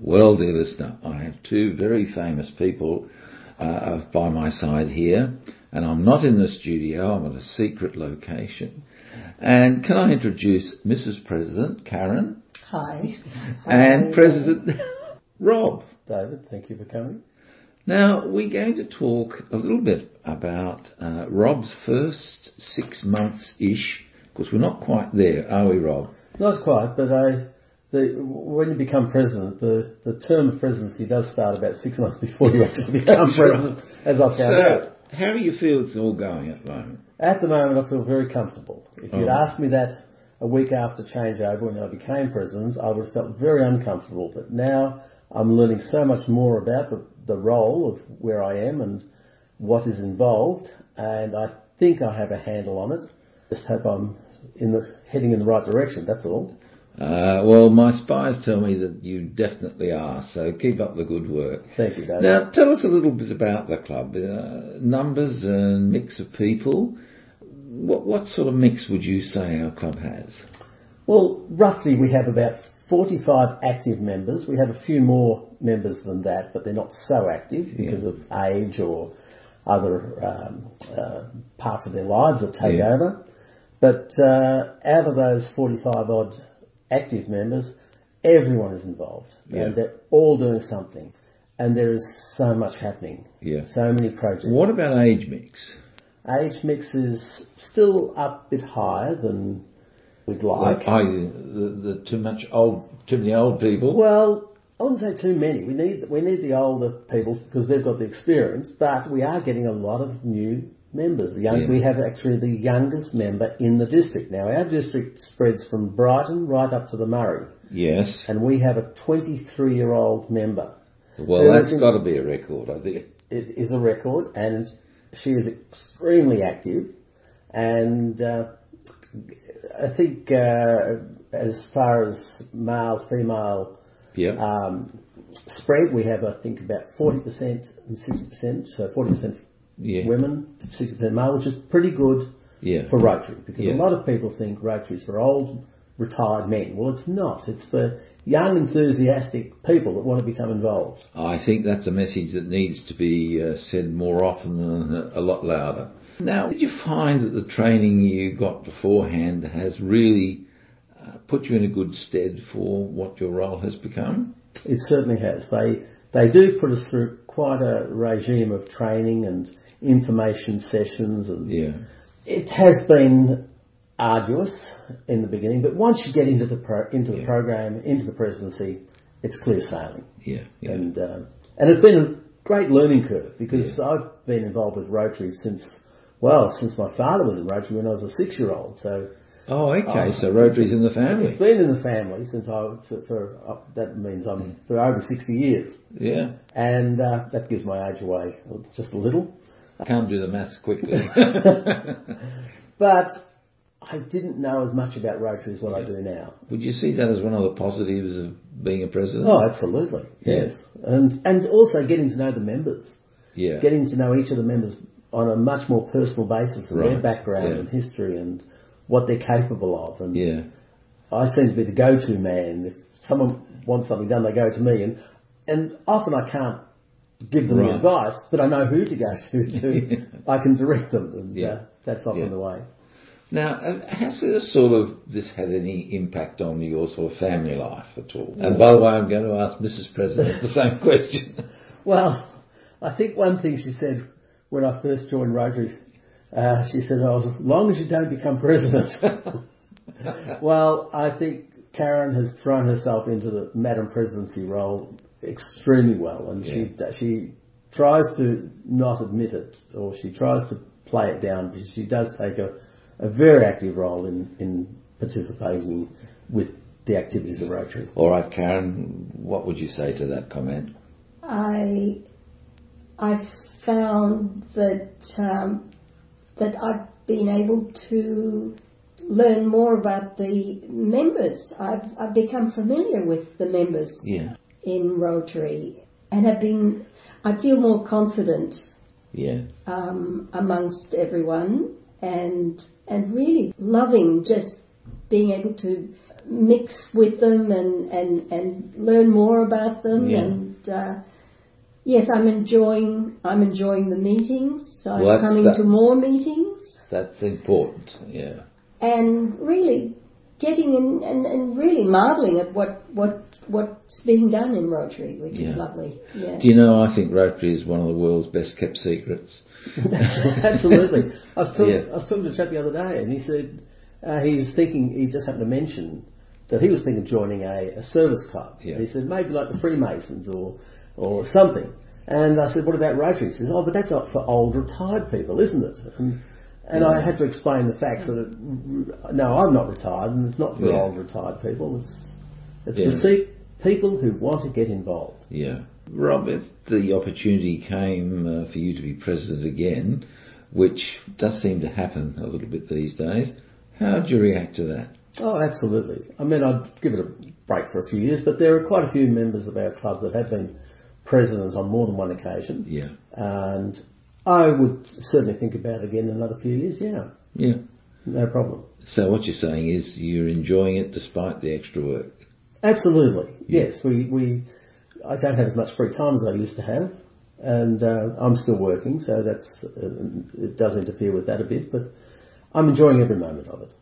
Well, dear listener, I have two very famous people uh, by my side here, and I'm not in the studio, I'm at a secret location. And can I introduce Mrs. President Karen Hi. Um, and President Rob? David, thank you for coming. Now, we're going to talk a little bit about uh, Rob's first six months ish, because we're not quite there, are we, Rob? Not quite, but I, the, when you become president, the, the term of presidency does start about six months before you actually become That's right. president, as I found out. So, how do you feel it's all going at the moment? At the moment, I feel very comfortable. If you'd Oh. asked me that a week after changeover when I became president, I would have felt very uncomfortable. But now I'm learning so much more about the, the role of where I am and what is involved, and I think I have a handle on it. Just hope I'm in the, heading in the right direction, that's all. Uh, well, my spies tell me that you definitely are, so keep up the good work. Thank you, David. Now, tell us a little bit about the club. Uh, numbers and mix of people. What, what sort of mix would you say our club has? Well, roughly we have about 45 active members. We have a few more members than that, but they're not so active because of age or other um, uh, parts of their lives that take Yeah. over. But uh, out of those 45 odd active members, everyone is involved Yeah. and they're all doing something. And there is so much happening. Yeah. So many projects. What about age mix? Age mix is still up a bit higher than we'd like. Like, I, the, the too much old, too many old people. Well, I wouldn't say too many. We need we need the older people because they've got the experience, but we are getting a lot of new members. The young, Yeah. We have actually the youngest member in the district now. Our district spreads from Brighton right up to the Murray, yes. and we have a 23 year old member. Well, there that's isn't- got to be a record, I think. It is a record, and she is extremely active, and. Uh, I think uh, as far as male female Yeah. um, spread. We have, I think, about 40% and 60%, so 40% yeah. women, 60% male, which is pretty good Yeah. for Rotary because Yeah. a lot of people think Rotary is for old, retired men. Well, it's not. It's for young, enthusiastic people that want to become involved. I think that's a message that needs to be uh, said more often and a lot louder. Now, did you find that the training you got beforehand has really uh, put you in a good stead for what your role has become? It certainly has. They they do put us through quite a regime of training and information sessions and Yeah. It has been arduous in the beginning, but once you get into the pro- into the Yeah. program, into the presidency, it's clear sailing, Yeah. Yeah. and uh, and it's been a great learning curve because I've been involved with Rotary since well since my father was in Rotary when I was a six year old, so oh, okay. Oh. so Rotary's in the family. it's been in the family since I was- for uh, that means I'm for over sixty years, Yeah. and uh, that gives my age away just a little. I can't do the maths quickly. But I didn't know as much about Rotary as what I do now. Would you see that as one of the positives of being a president? Oh, absolutely. Yes. And and also getting to know the members, yeah. getting to know each of the members on a much more personal basis and their Right. background Yeah. and history and what they're capable of. And yeah. I seem to be the go-to man. If someone wants something done, they go to me. And and often I can't give them Right. the advice, but I know who to go to. to I can direct them. And Yeah. uh, that's often Yeah. the way. Now, uh, has this sort of this had any impact on your sort of family life at all? And by the way, I'm going to ask Mrs. President the same question. Well, I think one thing she said when I first joined Rotary, uh, she said, oh, as long as you don't become president. well, I think Karen has thrown herself into the Madam Presidency role extremely well, and she she tries to not admit it, or she tries to play it down, because she does take a, a very active role in, in participating with the activities of Rotary. all right, Karen, what would you say to that comment? I I found that um, that I've been able to learn more about the members. I've I've become familiar with the members Yeah, in Rotary, and have been. I feel more confident yeah, um, amongst everyone, and and really loving just being able to mix with them and, and, and learn more about them. Yeah. And uh, yes, I'm enjoying I'm enjoying the meetings. So Well, I'm that's coming that- to more meetings That's important. Yeah. and really getting in and, and really marveling at what what what's being done in Rotary, which Yeah. is lovely. Yeah. Do you know? I think Rotary is one of the world's best kept secrets. Absolutely. I was talking. Yeah. I was talking to a chap the other day, and he said uh, he was thinking. He just happened to mention that he was thinking of joining a, a service club. Yeah. He said maybe like the Freemasons or or something. And I said, what about Rotary? He says, oh, but that's not for old retired people, isn't it? And, and I had to explain the facts that it, no, I'm not retired, and it's not for Yeah. old retired people. It's it's Yeah. for se- people who want to get involved. Yeah. Rob, if the opportunity came uh, for you to be president again, which does seem to happen a little bit these days, how would you react to that? Oh, absolutely. I mean, I'd give it a break for a few years, but there are quite a few members of our club that have been president on more than one occasion, Yeah. and I would certainly think about it again in another few years. Yeah, Yeah. no problem. So what you're saying is you're enjoying it despite the extra work. Absolutely. Yes, we, we. I don't have as much free time as I used to have, and uh, I'm still working, so that's uh, it does interfere with that a bit, but I'm enjoying every moment of it.